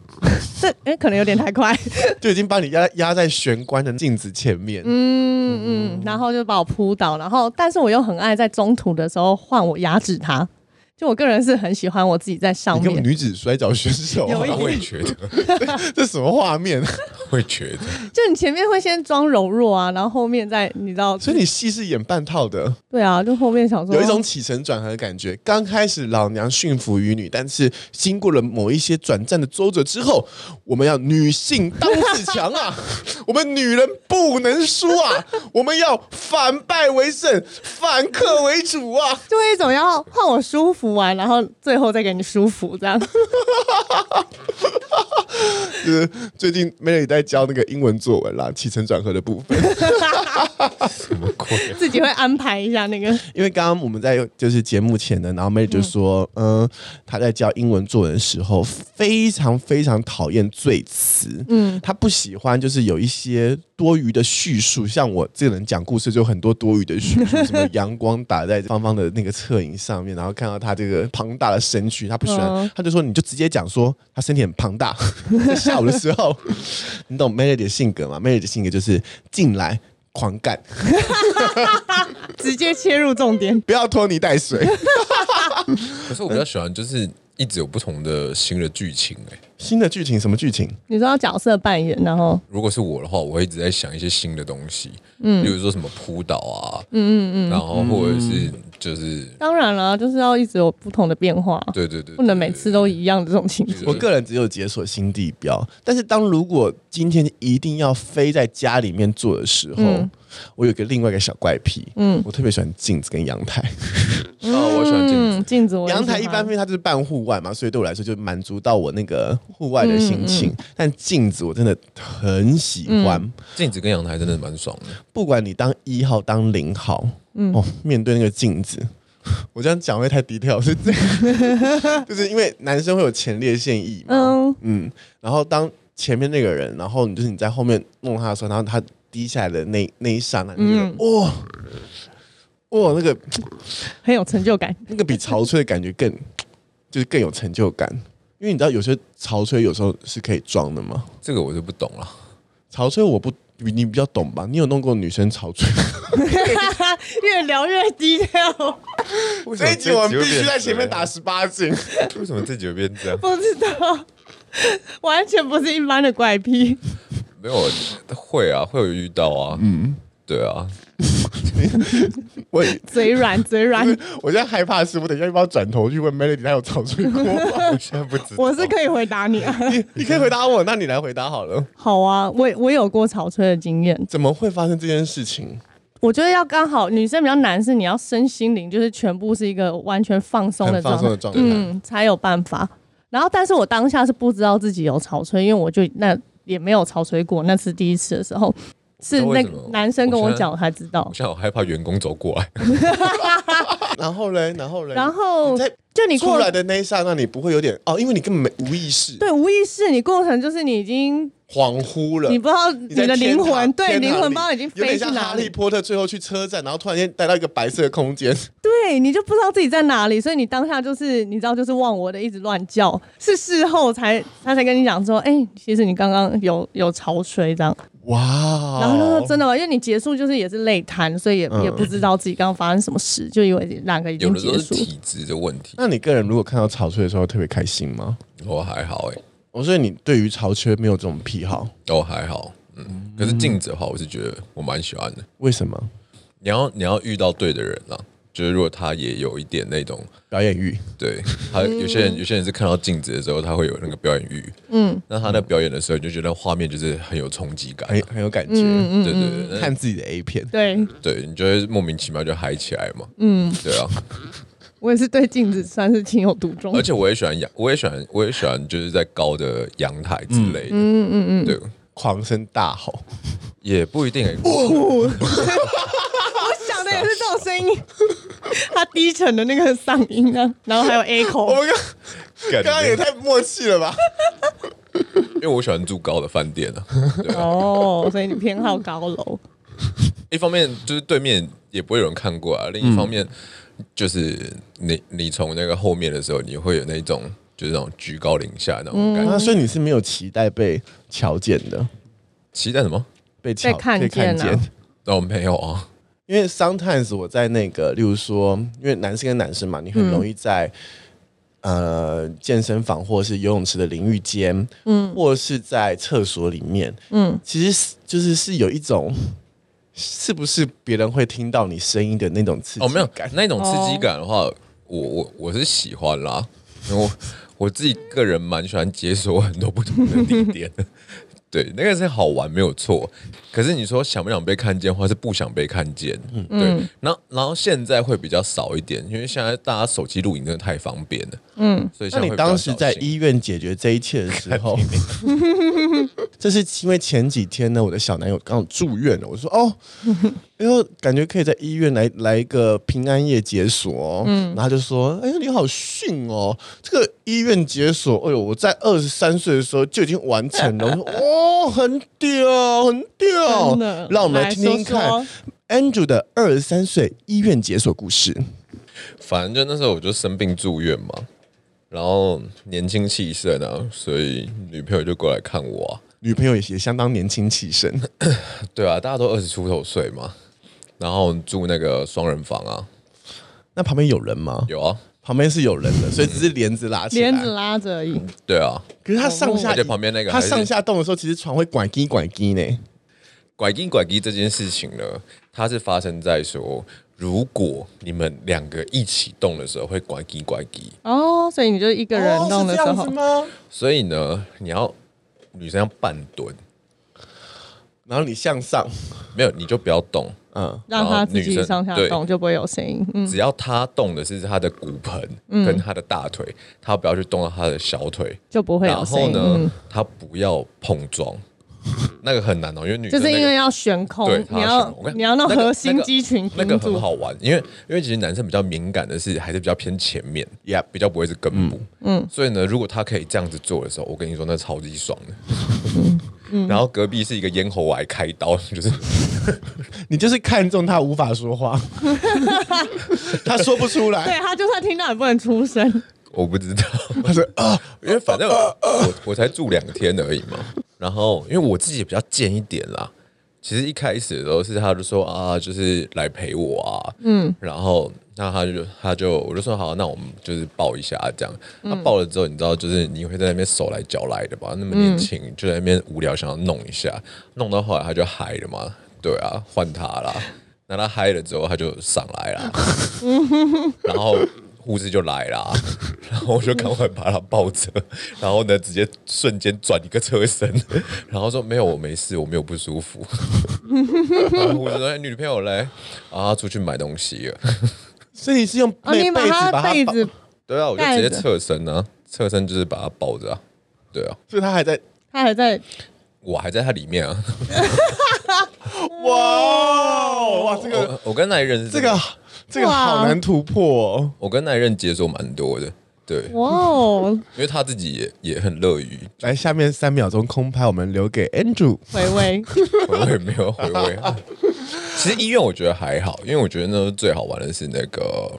这哎、可能有点太快，就已经把你压压在玄关的镜子前面。哦嗯嗯，然后就把我扑倒，然后但是我又很爱在中途的时候换我压制他，就我个人是很喜欢我自己在上你跟面，女子摔跤选手、有一啊，我也觉得， 这什么画面？ 我也觉得，就你前面会先装柔弱啊，然后后面再你知道，所以你戏是演半套的，对啊，就后面想说有一种起承转合的感觉。刚开始老娘驯服于你，但是经过了某一些转战的周折之后，我们要女性当自强啊！ 我们女人不能输啊！我们要反败为胜，反客为主啊！ 就会一种要换我舒服完，然后最后再给你舒服这样。 就是最近 Mary 在教那个英文作文啦，起承转合的部分。什么鬼？自己会安排一下那个。因为刚刚我们在就是节目前呢，然后 Mary 就说，嗯、她在教英文作文的时候，非常非常讨厌赘词，嗯，她不喜欢就是有一些多余的叙述，像我这个人讲故事就很多多余的叙述，什么阳光打在芳芳的那个侧影上面，然后看到她这个庞大的身躯，她不喜欢嗯，她就说你就直接讲说她身体很庞大， 在下午的时候，你懂 Mary 的性格吗？Mary 的性格就是进来狂干，直接切入重 点。不要拖泥带水。可是我比较喜欢就是一直有不同的新的剧情哎。新的剧情什么剧情？你说要角色扮演，然后如果是我的话，我会一直在想一些新的东西，嗯，比如说什么扑倒啊，嗯嗯嗯，然后或者是就是，当然了，就是要一直有不同的变化，对对对，不能每次都一样的这种情对节。我个人只有解锁新地标，但是当如果今天一定要飞在家里面做的时候，嗯我有个另外一个小怪癖，嗯我特别喜欢镜子跟阳台。对哦，我喜欢镜子，嗯，镜子我也喜阳欢台一般因为它就是半户外嘛，所以对我来说就满足到我那个户外的心嗯情。但镜子我真的很喜欢，镜子跟阳台真的蛮爽的。不管你当一号当零号，嗯哦，面对那个镜子， 我这样讲会太低调，是这样， 就是因为男生会有前列腺液嘛，嗯嗯，然后当前面那个人，然后你就是你在后面弄他的时候，然后他低下来的那那一刹那，你就觉得哇、哇，那个很有成就感。那个比潮吹的感觉更，就是更有成就感。因为你知道，有些潮吹有时候是可以装的嘛。这个我就不懂了。潮吹我不，你你比较懂吧？你有弄过女生潮吹？ 越聊越低调， 这一集我们必须在前面打十八禁。为什么这集会变这样？不知道，完全不是一般的怪癖。没有会啊，会有遇到啊，嗯，对啊，我嘴软，嘴 软，我现在害怕是，我等一下要不要转头去问 Melody 她有潮吹过 吗？我现在不知道。我是可以回答你 啊。你你可以回答我，那你来回答好了。好啊，我我有过草吹的经验，怎么会发生这件事情？ 我觉得要刚好，女生比较难是你要身心灵就是全部是一个完全放松的很状放态松的，状态。嗯，才有办法。然后，但是我当下是不知道自己有潮吹，因为我就那也没有潮吹过，那是第一次的时候，是你知道那为个什么男生跟我我现在讲，我才知道我。现在好害怕员工走过嗯来，然后嘞，然后嘞，然后你在就你出过来的那一刹那，你不会有点哦，因为你根本没无意识，对无意识，你过程就是你已经恍惚了你。不知道你在的天灵堂魂对天灵堂魂里包已经有飞点去像哪哈里利，波特最后去车站，然后突然间带到一个白色的空间，对你就不知道自己在哪里，所以你当下就是你知道就是忘我的一直乱叫，是事后才他才跟你讲说，哎、其实你刚刚有有潮吹这样，哇！哦然后他说真的吗？因为你结束就是也是累瘫，所以嗯也、也不知道自己刚刚发生什么事，就以为两个已有经的时结候是束。体质的问题。那你个人如果看到草吹的时候，会特别开心吗？我还好哎、我说你对于潮吹没有这种癖好，我还好，嗯。可是静止的话，我是觉得我蛮喜欢的。为什么？你要你要遇到对的人啦，就是如果他也有一点那种表演欲，对他有些人，有些人是看到镜子的时候，他会有那个表演欲。嗯，那他在表演的时候，你就觉得画面就是很有冲击感啊、很很有感觉。嗯对对对，那看自己的 A 片，对对你就会莫名其妙就嗨起来嘛。嗯，对啊，我也是对镜子算是情有独钟而，且我也喜欢阳，我也喜欢，我也喜欢就是在高的阳台之类的。嗯嗯嗯，对，狂声大吼，也不一定、 欸。我想的也是这种声音， 他低沉的那个嗓音啊，然 后还有 echo，我们刚感刚刚也觉太默契了吧？因为我喜欢住高的饭店啊。 对啊，哦，所以你偏好高楼。一方面就是对面也不会有人看过啊，另一方面就是你你从那个后面的时候，你会有那种就是那种居高临下那种感嗯觉。那所以你是没有期待被瞧见的，期待什么？被瞧被看被看见啊见。哦，没有 啊，因为 sometimes 我在那个，例如说，因为男生跟男生嘛，你很容易在、呃健身房或是游泳池的淋浴间，嗯，或是在厕所里面，嗯，其实是就是是有一种是不是别人会听到你声音的那种刺激哦，没有感，那种刺激感的话，我我我是喜欢啦，因为我我自己个人蛮喜欢解锁很多不同的地点。 对，那个是好玩，没有错。可是你说想不想被看见，或是不想被看见，嗯对。然后，然后现在会比较少一点，因为现在大家手机录影真的太方便了，嗯。所以现在那你会比较当时在小心医院解决这一切的时候， 这是因为前几天呢，我的小男友刚好住院了，我说哦， 因为感觉可以在医院来来一个平安夜解锁、哦，嗯，然后他就说，哎呀，你好逊哦，这个医院解锁，哎呦，我在二十三岁的时候就已经完成了，我说 哦，很屌，很屌真的，让我们来听听来看说说 Andrew 的二十三岁医院解锁故事。反正就那时候我就生病住院嘛，然后年轻气盛啊，所以女朋友就过来看我啊。女朋友也也相当年轻气盛，对啊，大家都二十出头岁嘛，然后住那个双人房啊，那旁边有人吗？有啊，旁边是有人 的，所以只是帘子拉起来。帘子哦拉着而已，对啊，可是他上下，而且旁边那个他还是上下动的时候，其实床会拐机拐机呢。拐筋拐筋这件事情呢，它是发生在说，如果你们两个一起动的时候会拐筋拐筋，哦，所以你就一个人弄的时候，哦是这样子吗？所以呢，你要女生要半蹲，然后你向上，没有你就不要动，嗯，让他然后自己哦女生上下对动就不会有声音。嗯，只要她动的是她的骨盆跟她的大腿，她不要去动到她的小腿，就不会有然声后音。呢嗯，，她不要碰撞，那个很难哦，因为女就生是那因个为要悬空对，，你他要选我看你要让那个核心那个肌群嗯那盯个很住。好玩，因为因为其实男生比较敏感的是还是比较偏前面，也比较不会是根部，嗯，所以呢，如果他可以这样子做的时候，我跟你说那超级爽的。嗯 然后隔壁是一个咽喉癌开刀，就是你就是看中他无法说 话，他说不出对来，他就算听到也不能 出声，我不知道， 他说啊，因为反正我我我才住两天而已嘛。然后因为我自己也比较贱一点啦，其实一开始的时候是他就说啊，就是来陪我啊，嗯，然后那他就他就我就说好，那我们就是抱一下这样。他抱了之后，你知道就是你会在那边手来脚来的吧？那么年轻，就在那边无聊想要弄一下，弄到后来他就嗨了嘛，对啊，换他啦。那他嗨了之后，他就上来啦。然后护士就来啦，然后我就赶快把他抱着，然后呢，直接瞬间转一个车身，然后说没有，我没事，我没有不舒服。 然后我就说哎女朋友嘞，啊，出去买东西了。所以是用哦，被你把被子他把被绑子，对啊，我就直盖接着侧身啊，侧身就是把他抱着啊。对啊，所以他还在他还在我还在他里面啊。哇哦哇这个我我跟那一任是这个这个好难突破哦。我跟那一任解锁蛮多的，对，哇哦，因为他自己也也很乐于，来，下面三秒钟空拍，我们留给 Andrew。回味。我也没有回味。其实医院我觉得还好，因为我觉得那时候最好玩的是那个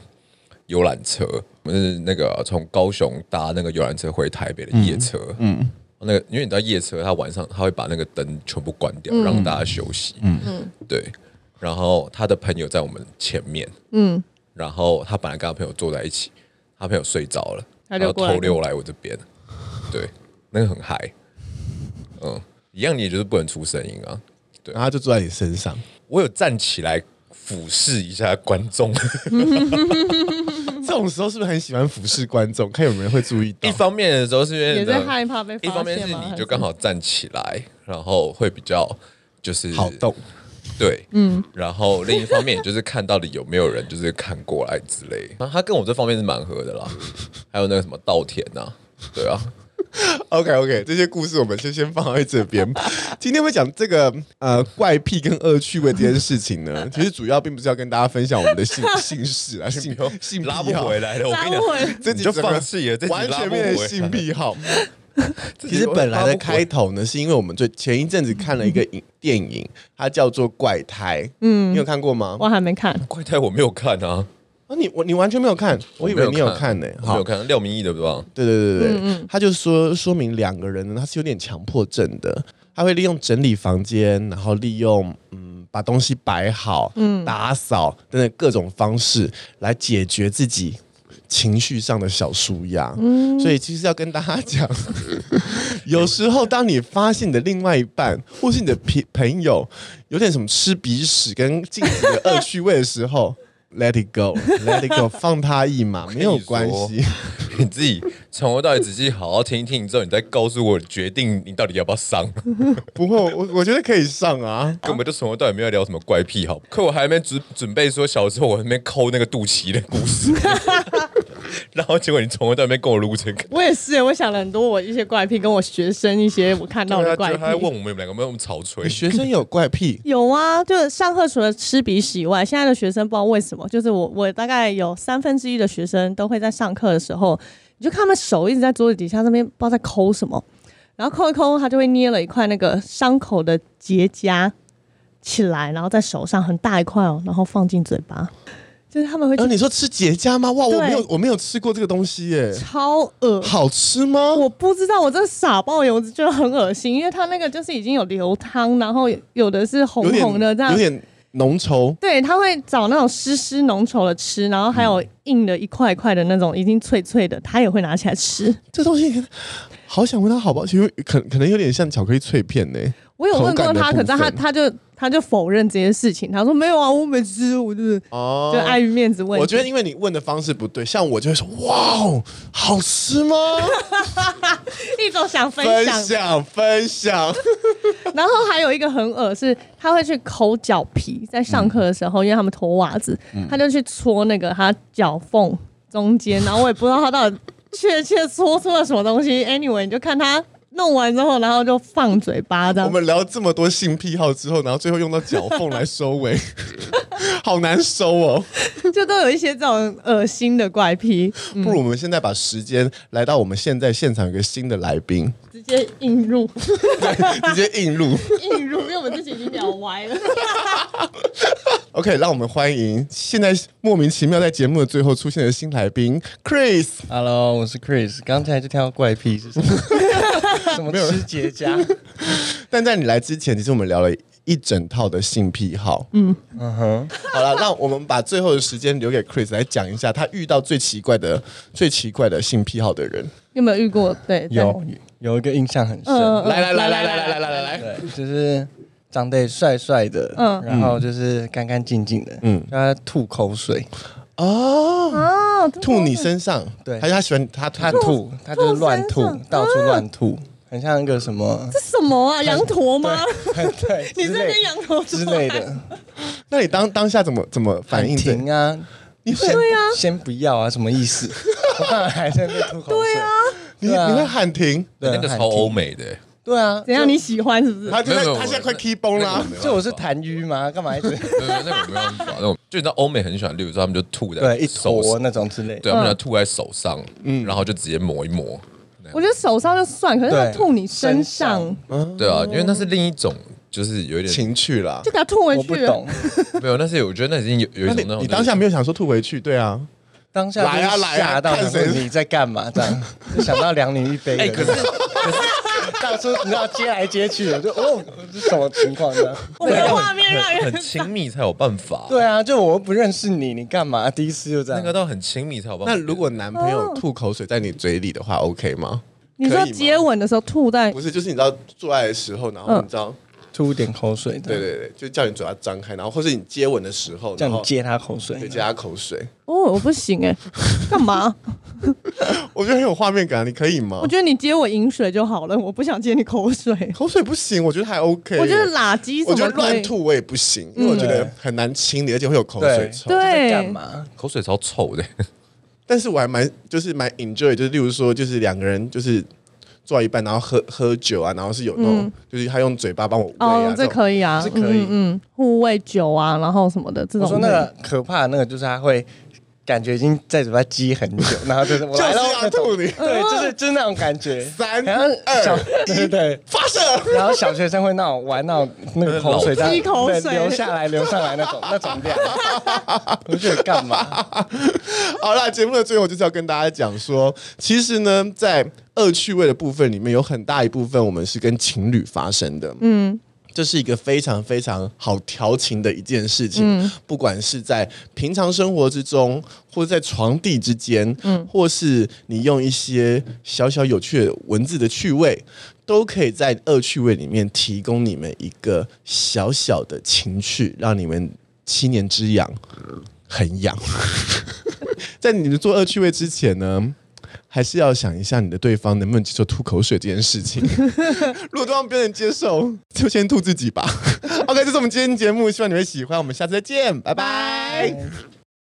游览车，我们是那个从高雄搭那个游览车回台北的夜车，嗯。那个，因为你知道夜车，它晚上它会把那个灯全部关掉，让大家休息。嗯嗯，对。然后他的朋友在我们前面，嗯，然后他本来跟他朋友坐在一起，他朋友睡着了，他然就后过来偷溜来我这边，对，那个很嗨，嗯，一样你也就是不能出声音啊。然后他就坐在你身上，我有站起来俯视一下观众，嗯这种时候是不是很喜欢俯视观众，看有没有人会注意到一？方面的时候是因为也呢是害怕被发一现吗方面是你就刚好站起来，然后会比较就是好动，对，嗯，然后另一方面也就是看到底有没有人就是看过来之类，啊他跟我这方面是蛮合的啦，还有那个什么稻田呐、啊，对啊， OK OK，这些故事我们就先放在这边。 今天会讲这个呃怪癖跟恶趣味这件事情 呢，其实主要并不是要跟大家分享我们的 姓姓氏啊，性 性癖拉好不回，来了，我跟你拉不回来讲，这你集就整个放弃了，这集完拉全不变回成性来癖 好。这集其实本来拉的不回开头呢，是因为我们最前一阵子看了 一个影电影，它叫做《怪胎》，嗯，你有看过吗？我还没看，怪胎我没有看啊，啊，你我你完全没有看，我以为你有看呢、我没好有，看廖明义的对吧？ 对对对对，对，他就说说明两个人呢，他是有点强迫症的，他会利用整理房间，然后利用嗯把东西摆好、打扫等等各种方式来解决自己。情绪上的小舒压，所以其实要跟大家讲， 有时候当你发现你的另外一半或是你的朋朋友有点什么吃鼻屎跟禁止的恶趣味的时候 ，let it go，let it go，放他一马，没有关系。你自己从头到尾仔细好好听一听之后，你再告诉我决定你到底要不要 上，不会，我我觉得可以上啊。根本就从头到尾没有聊什么怪癖好。可我还没准准备说小时候我还没抠那个肚脐的故 事， 然后结果你从头到尾没跟我撸这个。我也是，我想了很多我一些怪癖，跟我学生一些我看到对的啊，怪就癖，他。还问我们两个有没有那么草吹 你，学生有怪癖有啊，就是上课除了吃鼻屎以外，现在的学生不知道为什么，就是我我大概有三分之一的学生都会在上课的时候，你就看他们手一直在桌子底下那边不知道在抠什么，然后抠一抠，他就会捏了一块那个伤口的结痂起来，然后在手上很大一块哦，然后放进嘴巴，就是他们会然后哎你说吃结痂吗？哇，我对没有，我没有吃过这个东西耶，超恶好吃吗？我不知道，我真的傻爆油，我就觉得很恶心，因为它那个就是已经有流汤，然后有的是红有点红的这样有，点浓稠。对，它会找那种湿湿浓稠的吃，然后还有硬的一块一块的那种已经脆脆的，它也会拿起来吃。这东西好想问他好不好？其实可可能有点像巧克力脆片呢。我有问过口感的他，部可分是他他就他就否认这些事情，他说没有啊，我没吃，我就是、哦就碍于面子问。我觉得因为你问的方式不对，像我就会说哇哦，好吃吗？一种想 分分享，享分享， 然后还有一个很恶是，他会去抠脚皮，在上课的时嗯候，因为他们脱袜子，他就去搓那个他脚缝中间，然后我也不知道他到底确切搓出了什么东西。Anyway，你就看他弄完之后，然后就放嘴巴这我样。们聊这么多性癖好之后，然后最后用到脚缝来收尾， 好难收哦。 就都有一些这种恶心的怪癖，不如我们现在把时间来到我们现在现场有个新的来宾， 直接引入 直接映入。引入，因为我们之前已经聊歪了。 OK，让我们欢迎现在莫名其妙在节目的最后出现的新来宾 Chris。 Hello，我是 Chris。刚才就听到怪癖是什 么？什么吃结痂？但在你来之前，其实我们聊了一整套的性癖好。嗯嗯哼，好了，那我们把最后的时间留给 Chris 来讲一下他遇到最奇怪的、最奇怪的性癖好的人。 你有没有遇过？对，对有呃有一个印象很深，嗯来来来来来来来来来，对，就是长得也帅帅的，嗯然后就是干干净净的，嗯，他吐口水，哦，啊，吐你身上，对还是他喜欢他吐他？吐，他就是乱吐吐嗯身上，到处乱吐，很像那个什么，这什么啊？羊驼吗？ 对， 你之这类边羊驼之出类来，的那你当当下怎么怎么反应的？停啊，你会对啊，先不要啊，什么意 思？我看了还在那边吐口水，对啊，你、啊你会喊停？对啊那个超欧，美的、欸，对啊，怎样？你喜欢是不是？他就在没有没有他现在快那 key 崩啊那啦个没办。法就我是痰盂嘛，干嘛一直对对，那个没办法，那种就你知道欧美很喜欢，例如说他们就吐在对一手坨那种之类的？对，他们嗯就吐在手上，然后就直接抹一抹，我觉得手上就算，可是他对吐你身身上上，对啊，因为那是另一种，就是有一点情趣啦就。给他吐回我去不。懂，没有，但是我觉得那已经有有一那种你那种你当下没有想说吐回去？对啊，当下来啊就是来啊吓到看想说谁你在干嘛这 样，就想到两女一杯的哎那可种，是 到处你知道接来接去的，就哦这是什么情况 呢？我们的画面让人很 亲密才有办法，对啊，就我又不认识你，你干嘛？第一次就这那样个，到很亲密才有办法。那如果男朋友吐口水在你嘴里的话，OK 吗？你可说以吗接吻的时候吐在不是，就是你知道做爱的时候，然后嗯你知道，吐点口水，对，对对，就叫你嘴巴张开，然后或是你接吻的时候，叫然你后接他口水对，，接他口水，哦，我不行哎、干嘛？我觉得很有画面感，啊你可以吗我？觉得你接我饮水就好了，我不想接你口水。口水不行，我觉得还 OK。我觉得垃圾什我觉么得可乱以？吐我也不行，因为我觉得很难清理，而且会有口水对臭。在对，啊干嘛？口水超臭的，但是我还蛮就是蛮 enjoy，就是例如说就是两个人就是做到一半，然后喝喝酒啊，然后是有那种、嗯就是他用嘴巴帮我喂啊，哦，这以。可以啊，这可以嗯嗯，护卫酒啊，然后什么的这我种。说那个可怕的那个就是他会感觉已经在嘴巴积很 久，然后就是我就是来了要那种吐你对，就是就是那种感觉，三嗯然后小对对对。发射，然后小学生会那种玩那种那个口水这样滴口对水流下来流上来那种那种量，我就觉得干嘛？ 好啦，节目的最后就是要跟大家讲说，其实呢，在恶趣味的部分里面，有很大一部分我们是跟情侣发生的。嗯。这是一个非常非常好调情的一件事情，不管是在平常生活之中，或者在床地之间，嗯，或是你用一些小小有趣的文字的趣味，都可以在恶趣味里面提供你们一个小小的情趣，让你们七年之痒很痒。在你们做恶趣味之前呢，还是要想一下你的对方能不能接受吐口水这件事情。如果对方不能接受，就先吐自己吧。OK，这是我们今天节目，希望你会喜欢，我们下次再见，拜拜